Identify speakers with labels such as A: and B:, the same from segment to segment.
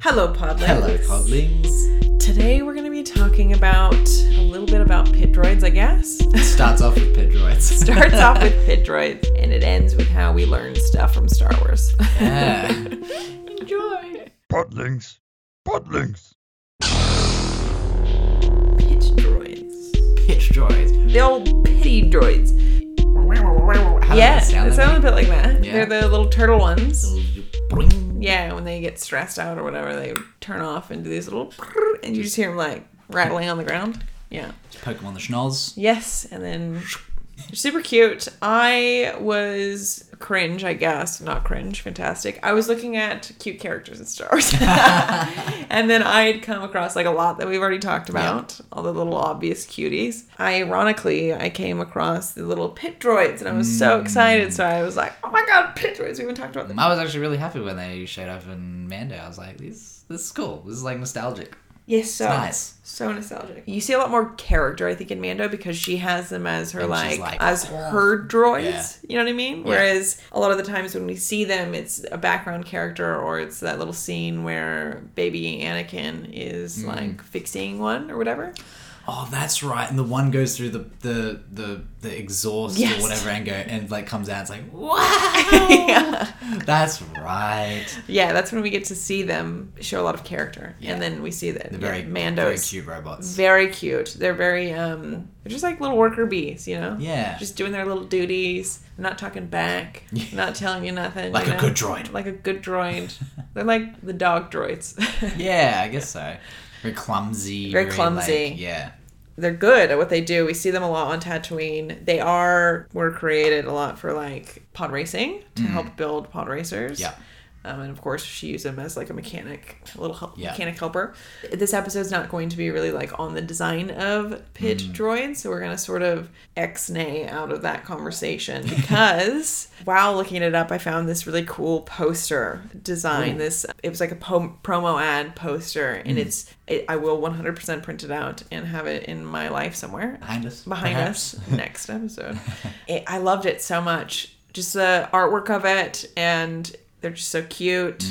A: Hello, Podlings.
B: Hello, Podlings.
A: Today we're going to be talking about a little bit about pit droids, I guess.
B: Starts off with pit droids.
A: Starts off with pit droids, and it ends with how we learn stuff from Star Wars.
B: yeah.
A: Enjoy.
C: Podlings. Podlings.
A: Pit droids.
B: Pit droids.
A: The old pity droids.
B: How
A: yeah,
B: does
A: they sound a
B: that sound?
A: bit like that.
B: Yeah.
A: They're the little turtle ones.
B: That
A: Yeah, when they get stressed out or whatever, they turn off and do these little, and you just hear them like rattling on the ground. Yeah.
B: Pokemon the Schnoz.
A: Yes, and then super cute. I was cringe, I guess. Not cringe, fantastic. I was looking at cute characters in Star Wars. and then I had come across like a lot that we've already talked about, all the little obvious cuties. Ironically, I came across the little pit droids and I was so excited. So I was like, oh my god, pit droids. We haven't talked about them.
B: I was actually really happy when they showed up in Mando. I was like, this, this is cool. This is like nostalgic.
A: Yes, so
B: nice.
A: so nostalgic. You see a lot more character, I think, in Mando because she has them as her
B: And
A: like,
B: she's like,
A: as
B: "Oh."
A: her droids.
B: Yeah.
A: You know what I mean? Whereas a lot of the times when we see them, it's a background character or it's that little scene where baby Anakin is
B: Mm.
A: like fixing one or whatever.
B: Oh, that's right. And the one goes through the the the, the exhaust
A: Yes.
B: or whatever, and go and like comes out. It's like wow.
A: Oh. yeah.
B: That's right.
A: yeah, that's when we get to see them show a lot of character,
B: Yeah.
A: and then we see that
B: They're
A: yeah,
B: very very
A: Mando's
B: cute robots.
A: very cute. They're very um they're just like little worker bees, you know?
B: Yeah.
A: Just doing their little duties, not talking back, not telling you nothing.
B: Like
A: you
B: a
A: know?
B: good droid.
A: Like a good droid. they're like the dog droids.
B: yeah, I guess so. Very clumsy.
A: Very
B: like,
A: clumsy.
B: yeah.
A: they're good at what they do. We see them a lot on Tatooine. They are were created a lot for like pod racing to help build pod racers.
B: Mm-hmm. Yeah.
A: Um, and of course, she used him as like a mechanic, a little help,
B: Yeah.
A: mechanic helper. This episode's not going to be really like on the design of pit droids, so we're gonna sort of ex-nay out of that conversation because while looking it up, I found this really cool poster design. This it was like a po- promo ad poster, and it's it, I will 100% print it out and have it in my life somewhere
B: Behind us.
A: behind
B: perhaps.
A: us next episode. it, I loved it so much. Just the artwork of it, and they're just so cute.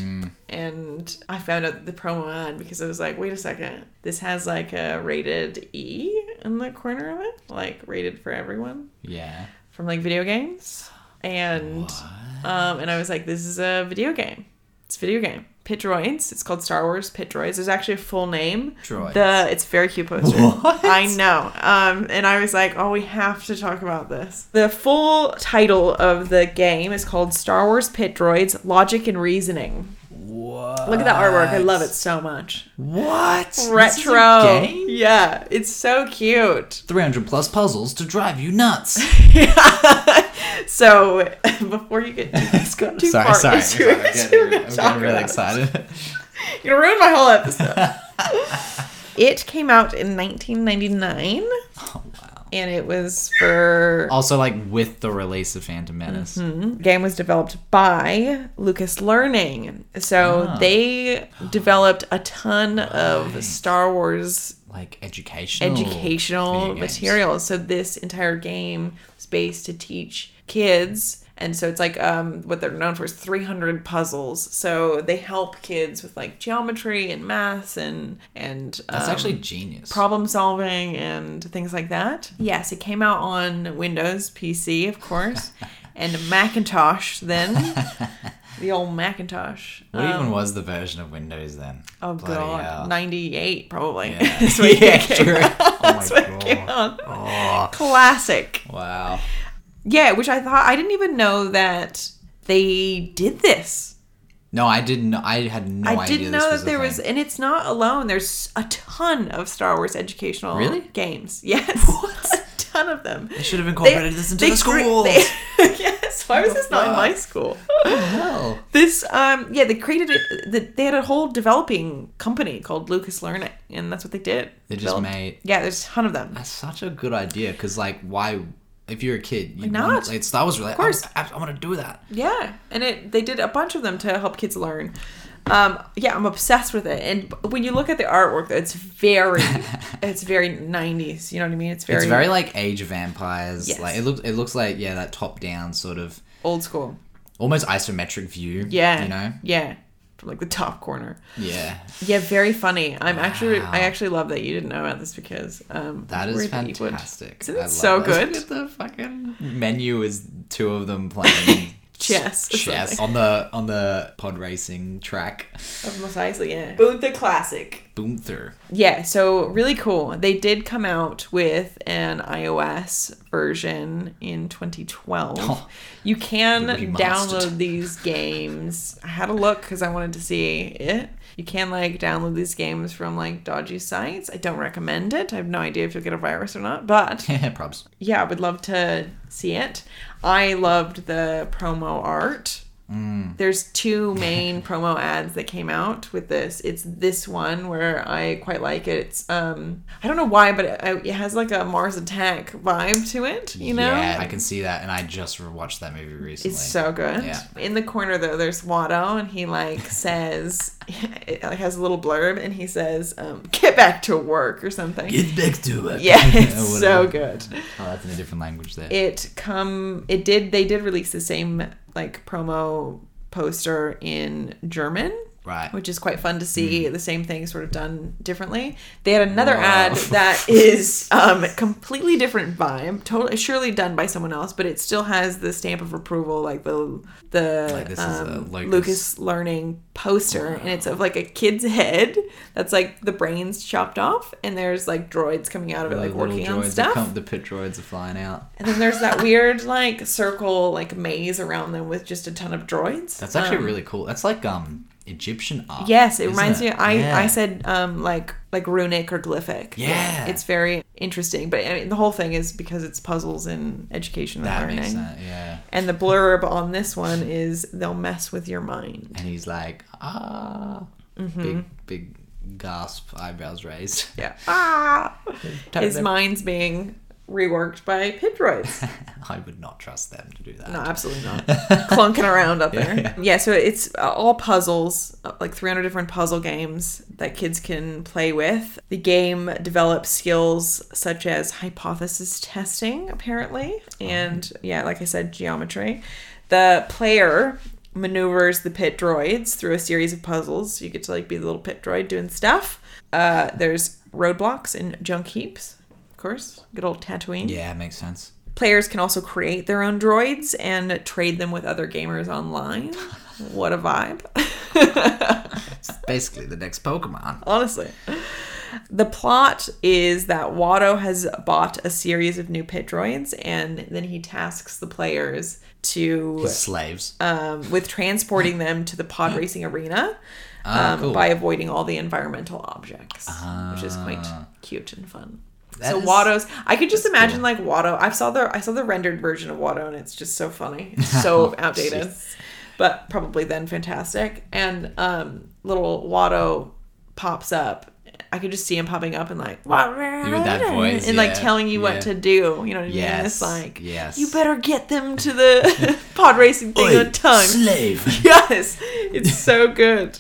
A: And I found out the promo ad because I was like, wait a second, this has like a rated E in the corner of it, like rated for everyone
B: Yeah.
A: from like video games. And um, and I was like, this is a video game. It's a video game. Pit Droids. It's called Star Wars Pit Droids. There's actually a full name.
B: Droids.
A: The it's a very cute poster.
B: What?
A: I know. Um, and I was like, oh, we have to talk about this. The full title of the game is called Star Wars Pit Droids: Logic and Reasoning.
B: What?
A: Look at that artwork. I love it so much.
B: What?
A: Retro. Yeah, it's so cute.
B: 300 plus puzzles to drive you nuts.
A: So before you get too, too far into it, we're gonna talk about it.
B: excited.
A: You're gonna ruin my whole episode. it came out in 1999,
B: Oh, wow.
A: and it was for
B: Also, like with the release of Phantom Menace.
A: Mm-hmm. game was developed by Lucas Learning. So
B: Ah.
A: they developed a ton of Star Wars
B: Like educational.
A: educational
B: Oh, video games.
A: materials. So this entire game is based to teach kids. And so it's like um, what they're known for is 300 puzzles. So they help kids with like geometry and maths and and
B: That's
A: um,
B: actually genius.
A: problem solving and things like that. Yes, it came out on Windows PC, of course, and Macintosh then. The old Macintosh.
B: what
A: Um,
B: even was the version of Windows then?
A: oh
B: Bloody
A: god,
B: hell.
A: 98 probably.
B: Yeah.
A: That's what
B: Yeah,
A: it came
B: true.
A: out.
B: Oh my
A: That's what it came out.
B: God. Oh,
A: Classic.
B: wow.
A: Yeah, which I thought I didn't even know that they did this.
B: No, I didn't. know- Oh, I had no idea.
A: I didn't
B: this
A: know
B: was
A: that
B: a
A: there
B: thing.
A: was, and it's not alone. There's a ton of Star Wars educational
B: Really?
A: games. Yes, a ton of them. They
B: should have incorporated this into the Oh,
A: cre-
B: schools.
A: they- yes. Why was this not in my
B: fuck?
A: school?
B: Hell.
A: this, um, yeah, they created it. The, they had a whole developing company called Lucas Learning, and that's what they did.
B: They just
A: Developed-
B: made- Uh,
A: Yeah, there's a ton of them.
B: That's such a good idea because, like, why? If you're a kid, you
A: not?
B: want- Like, Star Wars, really. Of
A: course.
B: I, I, want to do that.
A: Yeah, and it they did a bunch of them to help kids learn. Um, yeah, I'm obsessed with it. And b- when you look at the artwork, it's very, it's very 90s. You know what I mean? It's very,
B: It's very like Age of Vampires.
A: Yes.
B: Like it looks, it looks like yeah, that top down sort of
A: old school.
B: almost isometric view.
A: Yeah,
B: you know,
A: yeah. from like the top corner.
B: Yeah.
A: Yeah, very funny. I'm actually
B: Wow.
A: I actually love that you didn't know about this because um
B: That is
A: worried that you would.
B: fantastic.
A: Isn't
B: I
A: it
B: love
A: so
B: that.
A: good?
B: Look at The fucking menu is two of them playing
A: Chess. or
B: chess
A: something.
B: on the on the pod racing track.
A: Of Mos Eisley, yeah.
D: Bootha Classic.
B: Boomther.
A: Yeah, so really cool. They did come out with an iOS version in 2012.
B: Oh,
A: you can
B: remastered.
A: download these games. I had a look because I wanted to see it. You can like download these games from like dodgy sites. I don't recommend it. I have no idea if you'll get a virus or not, but
B: Probs.
A: yeah, I would love to see it. I loved the promo art.
B: Mm.
A: There's two main promo ads that came out with this. It's this one where I quite like it. It's um I don't know why, but it, it has like a Mars Attack vibe to it. You know,
B: Yeah, I can see that, and I just rewatched that movie recently.
A: it's so good.
B: Yeah.
A: In the corner though, there's Watto, and he like says, it like, has a little blurb, and he says, um, "Get back to work" or something.
B: Get back to it.
A: yeah, it's so
B: Whatever.
A: good.
B: Oh, that's in a different language there.
A: it come it did they did release the same like promo poster in german
B: right.
A: which is quite fun to see the same thing sort of done differently they had another
B: Hmm. Wow.
A: ad that is um completely different vibe totally surely done by someone else but it still has the stamp of approval like the the
B: Like this is
A: um,
B: a Lucas-
A: lucas. learning poster and it's of like a kid's head that's like the brains chopped off and there's like droids coming out of it
B: The
A: like
B: little
A: working
B: droids
A: on
B: have
A: stuff
B: come- the pit droids are flying out.
A: and then there's that weird like circle like maze around them with just a ton of droids.
B: That's actually
A: Um,
B: really cool. That's like um Egyptian art.
A: Yes, it
B: isn't
A: reminds me. I
B: Yeah.
A: I said um like like runic or glyphic.
B: Yeah.
A: it's very interesting. But I mean, the whole thing is because it's puzzles in education and
B: that
A: learning.
B: makes sense. Yeah.
A: And the blurb on this one is they'll mess with your mind.
B: And he's like, ah,
A: Mm-hmm.
B: big big gasp, eyebrows raised.
A: Yeah. Ah, his
B: Totally.
A: mind's being reworked by pit droids.
B: I would not trust them to do that.
A: No, absolutely not. Clunking around up there. Yeah,
B: Yeah.
A: so it's uh, all puzzles, uh, like 300 different puzzle games that kids can play with. The game develops skills such as hypothesis testing, apparently, and yeah, like I said, geometry. The player maneuvers the pit droids through a series of puzzles. You get to like be the little pit droid doing stuff. Uh, there's roadblocks and junk heaps, of course. Good old Tatooine.
B: Yeah, makes sense.
A: Players can also create their own droids and trade them with other gamers online. What a vibe.
B: It's basically the next Pokemon.
A: Honestly. The plot is that Watto has bought a series of new pit droids and then he tasks the players to
B: Slaves.
A: um, with transporting them to the pod racing arena
B: Ah,
A: um,
B: cool.
A: by avoiding all the environmental objects, which is quite
B: Ah.
A: cute and fun.
B: That
A: so
B: is-
A: Watto's, I could just
B: that's
A: imagine
B: cool.
A: like Watto. I saw the I saw the rendered version of Watto, and it's just so funny, it's so
B: Oh,
A: outdated, but probably then fantastic. And um, little Watto pops up. I could just see him popping up and like
B: With that voice,
A: and like
B: yeah,
A: telling you what
B: yeah.
A: to do. You know what I mean? And It's
B: Yes,
A: like
B: yes.
A: you better get them to the pod racing thing
B: Oi,
A: on tongue.
B: Slave.
A: Yes, it's so good.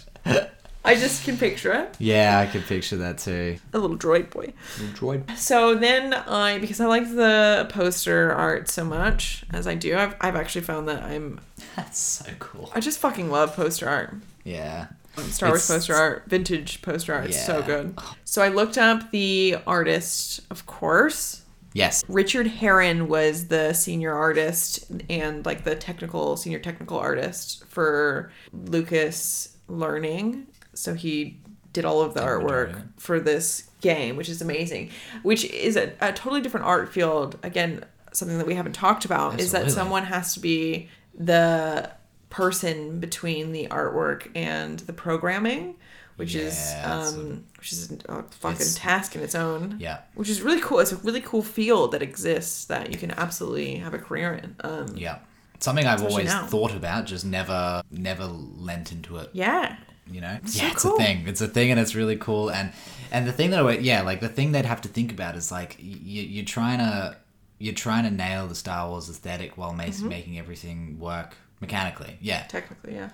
A: I just can picture it.
B: yeah, I could picture that too.
A: A little droid boy.
B: Droid.
A: So then I, because I like the poster art so much as I do, I've, I've actually found that I'm,
B: That's so cool.
A: I just fucking love poster art.
B: Yeah.
A: Star Wars
B: It's-
A: poster art, vintage poster art. It's so
B: Yeah.
A: good. So I looked up the artist, of course.
B: Yes.
A: Richard Herron was the senior artist and like the technical senior technical artist for Lucas Learning. So he did all of the artwork
B: majority.
A: for this game, which is amazing. Which is a, a totally different art field. Again, something that we haven't talked about is that
B: Absolutely.
A: someone has to be the person between the artwork and the programming. Which
B: Yeah,
A: is
B: it's
A: um, which is a fucking
B: it's-
A: task in its own
B: Yeah.
A: which is really cool. It's a really cool field that exists that you can absolutely have a career in. Um,
B: Yeah. Something I've
A: Especially
B: always
A: now.
B: thought about, just never, never lent into it.
A: yeah,
B: you know
A: so
B: yeah it's
A: cool.
B: a thing it's a thing and it's really cool and and the thing that i would yeah like the thing they'd have to think about is like you, you're trying to you're trying to nail
A: Mm-hmm.
B: the star wars aesthetic while ma- making everything work mechanically yeah
A: technically, yeah.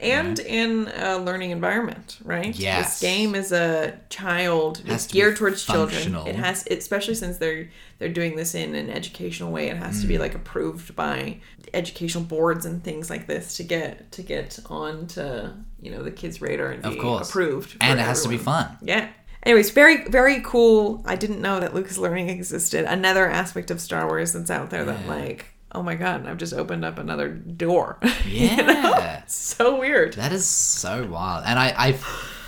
A: and in a learning environment, right?
B: Yes.
A: This game is a child.
B: has
A: It's
B: to be
A: geared towards children.
B: functional.
A: It has, especially since they're they're doing this in an educational way. It has to
B: Mm.
A: be like approved by educational boards and things like this to get to get on to you know the kids' radar and be
B: Of course.
A: approved. for
B: and it has to be
A: everyone.
B: fun.
A: Yeah. Anyways, very very cool. I didn't know that Lucas Learning existed. Another aspect of Star Wars that's out there that
B: Yeah.
A: like, oh my god, I've just opened up another door.
B: Yeah.
A: so weird.
B: That is so wild. And I, I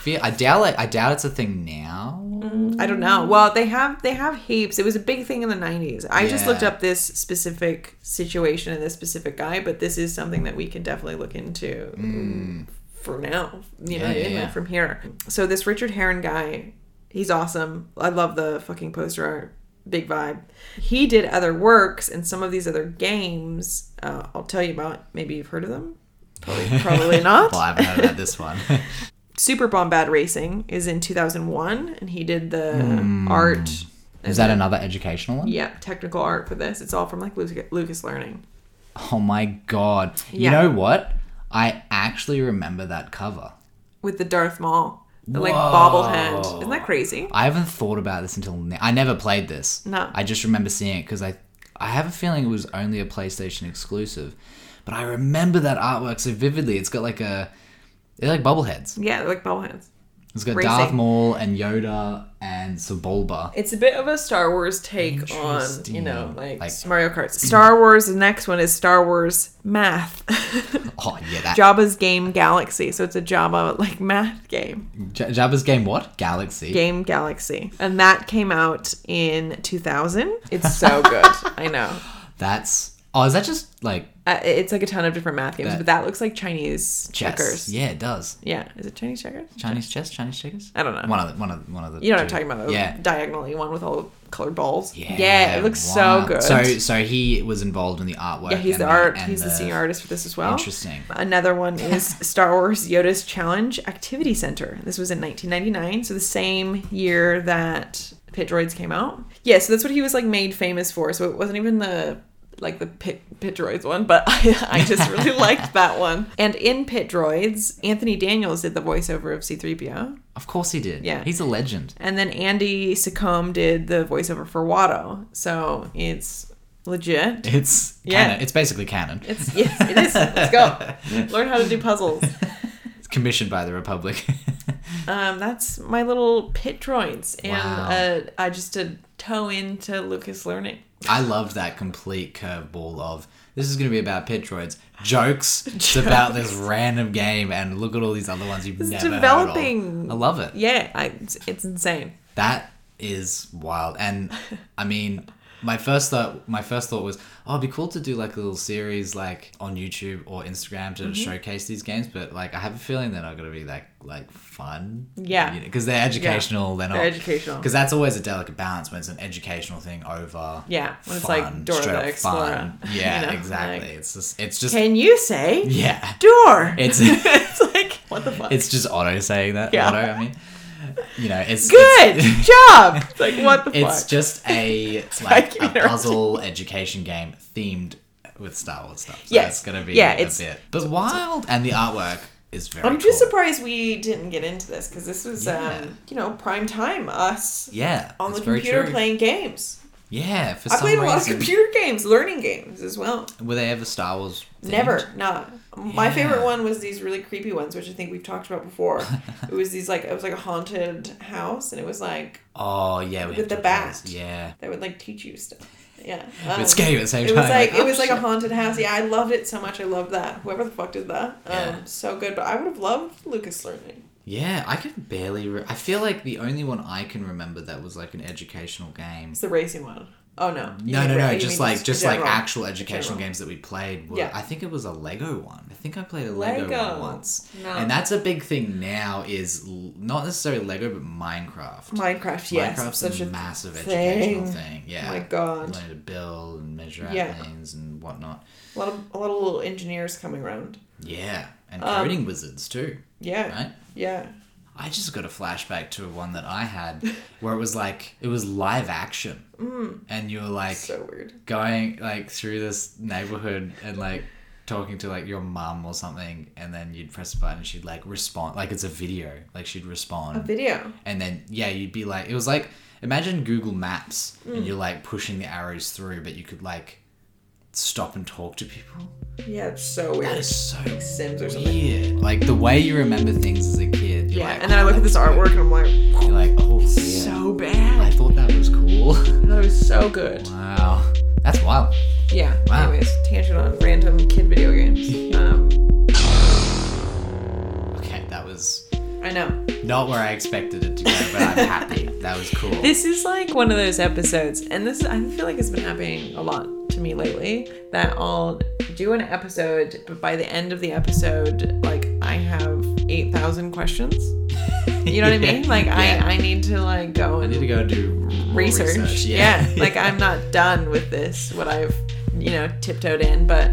B: feel I doubt like I doubt it's a thing now.
A: I don't
B: Mm.
A: know. Well, they have they have heaps. It was a big thing in the 90s. I just
B: Yeah.
A: looked up this specific situation and this specific guy, but this is something that we can definitely look into for now. You know,
B: Mm. Yeah, yeah,
A: in-
B: yeah.
A: from here. So this Richard Herron guy, he's awesome. I love the fucking poster art. Big vibe. He did other works and some of these other games. Uh, I'll tell you about. Maybe you've heard of them. Probably, probably not.
B: Well, I haven't heard about this one.
A: Super Bombad Racing is in 2001, and he did the
B: Hmm.
A: art.
B: is that another educational one?
A: Yeah, technical art for this. It's all from like Lucas, Lucas Learning.
B: Oh my god.
A: Yeah.
B: You know what? I actually remember that cover.
A: with the Darth Maul, the like bobbled hand. Isn't that crazy?
B: I haven't thought about this until now. I never played this.
A: No.
B: I just remember seeing it because I, I have a feeling it was only a PlayStation exclusive, but I remember that artwork so vividly. It's got like a, they're like bobbleheads.
A: Yeah, they're like bobble hands.
B: It's got
A: Racing.
B: Darth Maul and Yoda and Sebulba.
A: It's a bit of a Star Wars take on you know
B: Interesting.
A: like,
B: Like- mm.
A: Mario Kart. Star Wars. The next one is Star Wars Math.
B: Oh yeah, that
A: Jabba's Game Galaxy. So it's a Jabba like math game.
B: J- Jabba's game. What Galaxy?
A: Game Galaxy, and that came out in 2000. It's so good. I know.
B: That's oh, is that just like
A: Uh, it's like a ton of different math games,
B: That-
A: but that looks like Chinese
B: chess?
A: checkers.
B: Yeah, it does.
A: Yeah. Is it Chinese checkers?
B: Chinese chess, Chinese checkers.
A: I don't know.
B: One of the, one of the, one of the.
A: You know what I'm
B: two.
A: talking about? The
B: Yeah.
A: diagonally one with all the colored balls.
B: Yeah,
A: it looks
B: wow.
A: so good.
B: So, so he was involved in the artwork.
A: yeah, he's
B: and
A: the art.
B: and
A: He's the senior artist for this as well.
B: Interesting.
A: Another one is Star Wars Yoda's Challenge Activity Center. This was in 1999, so the same year that Pit Droids came out. Yeah, so that's what he was like made famous for. So it wasn't even the like the Pit, Pit Droids one, but I, I just really liked that one. And in Pit Droids, Anthony Daniels did the voiceover of C3PO.
B: Of course he did.
A: Yeah.
B: He's a legend.
A: And then Andy Sacombe did the voiceover for Watto. So it's legit.
B: It's
A: Yeah.
B: canon. It's basically canon.
A: It's yes, it is. Let's go. Learn how to do puzzles.
B: It's commissioned by the Republic.
A: Um, that's my little pit droids. And
B: Wow.
A: uh, I just did toe into Lucas Learning.
B: I loved that complete curveball of this is going to be about pit droids. Jokes. It's about this random game, and look at all these other ones you've
A: It's
B: never heard
A: developing.
B: of. I love it.
A: Yeah, I, it's, it's insane.
B: That is wild. And I mean, my first thought, my first thought was, oh, it'd be cool to do like a little series like on YouTube or Instagram
A: Mm-hmm.
B: to showcase these games. But like, I have a feeling they're not going to be that like fun.
A: Yeah.
B: because they're educational. They're not
A: They're educational.
B: Because that's always a delicate balance when it's an educational thing over.
A: Yeah, when it's
B: fun,
A: like Dora
B: straight
A: the
B: up
A: Explorer,
B: fun.
A: you
B: Yeah,
A: know,
B: exactly.
A: like-
B: it's just, it's just,
A: Can you say
B: yeah.
A: door?
B: It's-
A: it's like, what the fuck?
B: It's just Otto saying that.
A: Yeah.
B: Otto, I mean, you know, it's
A: Good
B: it's-
A: job. It's like, what the
B: It's
A: fuck?
B: just a like
A: keep
B: a
A: interrupting.
B: puzzle education game themed with Star Wars stuff. So
A: Yes.
B: it's gonna be
A: Yeah,
B: a
A: it's-
B: bit, but wild, and the artwork is very.
A: I'm just
B: cool.
A: surprised we didn't get into this because this was,
B: Yeah.
A: um, you know, prime time us
B: Yeah,
A: on the
B: it's very
A: computer
B: true.
A: playing games.
B: Yeah, for
A: I
B: some
A: played a
B: reason,
A: lot of computer games, learning games as well.
B: were they ever Star Wars? themed?
A: Never, not. My
B: Yeah.
A: favorite one was these really creepy ones, which I think we've talked about before. it was these like it was like a haunted house, and it was like
B: Oh yeah, we
A: With
B: have
A: the
B: to play this.
A: bat.
B: Yeah,
A: that would like teach you stuff. Yeah,
B: but
A: um,
B: it's scary at the same
A: It
B: time.
A: was like it
B: oh,
A: was like a
B: shit.
A: haunted house. Yeah, I loved it so much. I loved that. Whoever the fuck did that, um,
B: Yeah.
A: so good. But I would have loved Lucas Learning.
B: yeah. I can barely. Re- I feel like the only one I can remember that was like an educational game.
A: It's the racing one. Oh no. You
B: No,
A: mean
B: no,
A: ra-
B: no.
A: you
B: Just
A: mean
B: like just like
A: general.
B: actual educational
A: general.
B: games that we played. Were,
A: Yeah.
B: I think it was a Lego one. I think I played a Lego,
A: Lego.
B: one once.
A: No.
B: And that's a big thing now is l- not necessarily Lego but Minecraft.
A: Minecraft. Yes,
B: Minecraft's
A: such
B: a
A: a
B: massive
A: thing.
B: educational thing. Yeah.
A: my God.
B: Learning to build and measure out
A: Yeah.
B: things and whatnot.
A: A lot of a lot of little engineers coming around.
B: Yeah. And
A: Um,
B: coding wizards too,
A: Yeah.
B: right?
A: Yeah.
B: I just got a flashback to one that I had where it was like it was live action. And you were like
A: Mm. So weird.
B: going like through this neighborhood and like talking to like your mum or something, and then you'd press a button and she'd like respond, like it's a video, like she'd respond,
A: A video.
B: and then yeah, you'd be like, it was like imagine Google Maps,
A: Mm.
B: and you're like pushing the arrows through, but you could like stop and talk to people.
A: Yeah, it's so
B: That
A: weird.
B: is so
A: Sims or something.
B: weird. Like the way you remember things as a kid. You're
A: Yeah,
B: like,
A: and then I
B: "Oh,
A: look at
B: that
A: this
B: was
A: artwork and I'm like,
B: good." You're like, oh, yeah.
A: so
B: I
A: bad.
B: thought that was cool.
A: That was so good.
B: Wow, that's wild.
A: Yeah.
B: Wow.
A: Anyways, tangent on random kid video games. Um,
B: Okay, that was
A: I know.
B: not where I expected it to go, but I'm happy. That was cool.
A: This is like one of those episodes, and this I feel like it's been happening a lot to me lately. That I'll do an episode, but by the end of the episode, like I have eight thousand questions. You know what I mean? Like
B: Yeah.
A: I, I need to like go
B: I
A: and
B: need to go do more
A: research. Yeah. Like I'm not done with this, what I've, you know, tiptoed in. But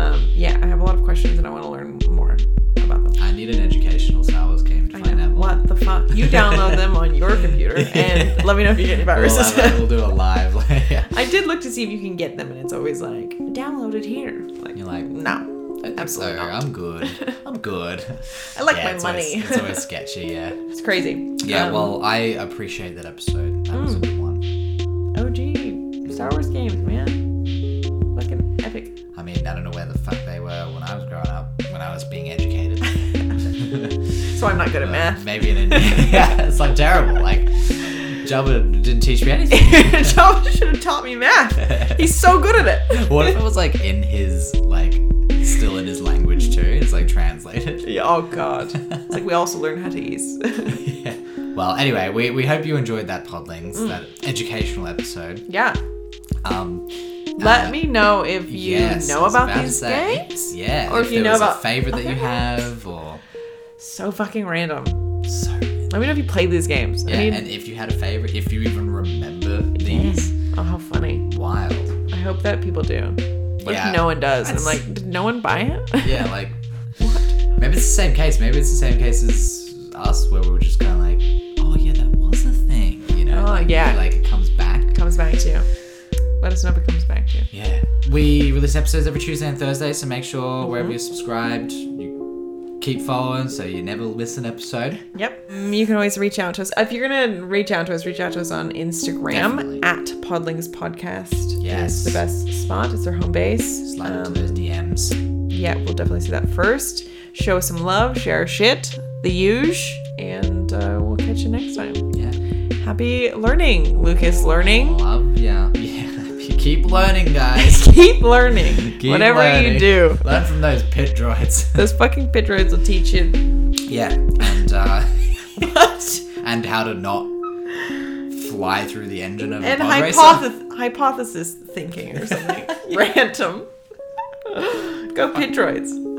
A: um, yeah, I have a lot of questions and I want to learn more about them.
B: I need an educational Star Wars game to
A: I
B: find
A: know.
B: out more.
A: What the fuck? You download them on your computer and let me know if you get any
B: We'll,
A: viruses.
B: have a- we'll do a live. like, yeah.
A: I did look to see if you can get them, and it's always like downloaded here. Like
B: You're like,
A: no, absolutely
B: so,
A: not.
B: I'm good. I'm good.
A: I like
B: Yeah,
A: my
B: it's
A: money.
B: Always, it's always sketchy, yeah.
A: It's crazy.
B: Yeah,
A: Um, Mm.
B: well, I appreciate that episode. That was a good one.
A: OG Star Wars games, man, fucking epic.
B: I mean, I don't know where the fuck they were when I was growing up, when I was being educated.
A: So I'm not good at math.
B: Maybe in a, yeah, it's like terrible. Like Jabba didn't teach me anything.
A: Joe should have taught me math. He's so good at it.
B: What if it was like in his like still in his language too? It's like translated.
A: Yeah, oh god. It's like we also learn how to ease.
B: Yeah. Well, anyway, we, we hope you enjoyed that Podlings,
A: Mm.
B: that educational episode.
A: yeah.
B: Um,
A: Let me know if you
B: yes, I
A: know
B: was
A: about,
B: about to
A: these
B: say,
A: games.
B: Yeah.
A: Or if you
B: there
A: know
B: was a
A: about
B: favorite that you
A: other
B: have, or
A: So fucking random.
B: so.
A: Let me know if you played these games.
B: Yeah,
A: I mean,
B: and if you had a favorite, if you even remember these,
A: oh how funny.
B: wild.
A: I hope that people do. What
B: Yeah.
A: if no one does? I'm
B: That's-
A: like, did no one buy it?
B: Yeah, like maybe it's the same case. Maybe it's the same case as us, where we were just kind of like, oh yeah, that was a thing, you know?
A: Oh,
B: like,
A: yeah.
B: like it comes back.
A: comes back to you. Let us know if it comes back to you.
B: Yeah. We release episodes every Tuesday and Thursday, so make sure wherever you're subscribed, you keep following so you never miss an episode.
A: Yep. Mm, You can always reach out to us. If you're going to reach out to us, reach out to us on Instagram
B: Definitely.
A: at Podlings Podcast.
B: Yes.
A: It's the best spot. It's our home base.
B: Slide
A: Um,
B: into those DMs.
A: yeah, we'll definitely see that first. Show us some love, share our shit, the huge, and uh, we'll catch you next time.
B: Yeah.
A: Happy learning, Lucas. Learning.
B: Love, yeah. Yeah. You keep learning, guys.
A: Keep learning.
B: Keep
A: Whatever
B: learning.
A: you do,
B: Learn from those pit droids.
A: those fucking pit roads will teach you.
B: yeah. And uh
A: What?
B: and how to not fly through the engine of
A: and
B: a pod racer.
A: hypothes- hypothesis thinking or something random. Go pit droids.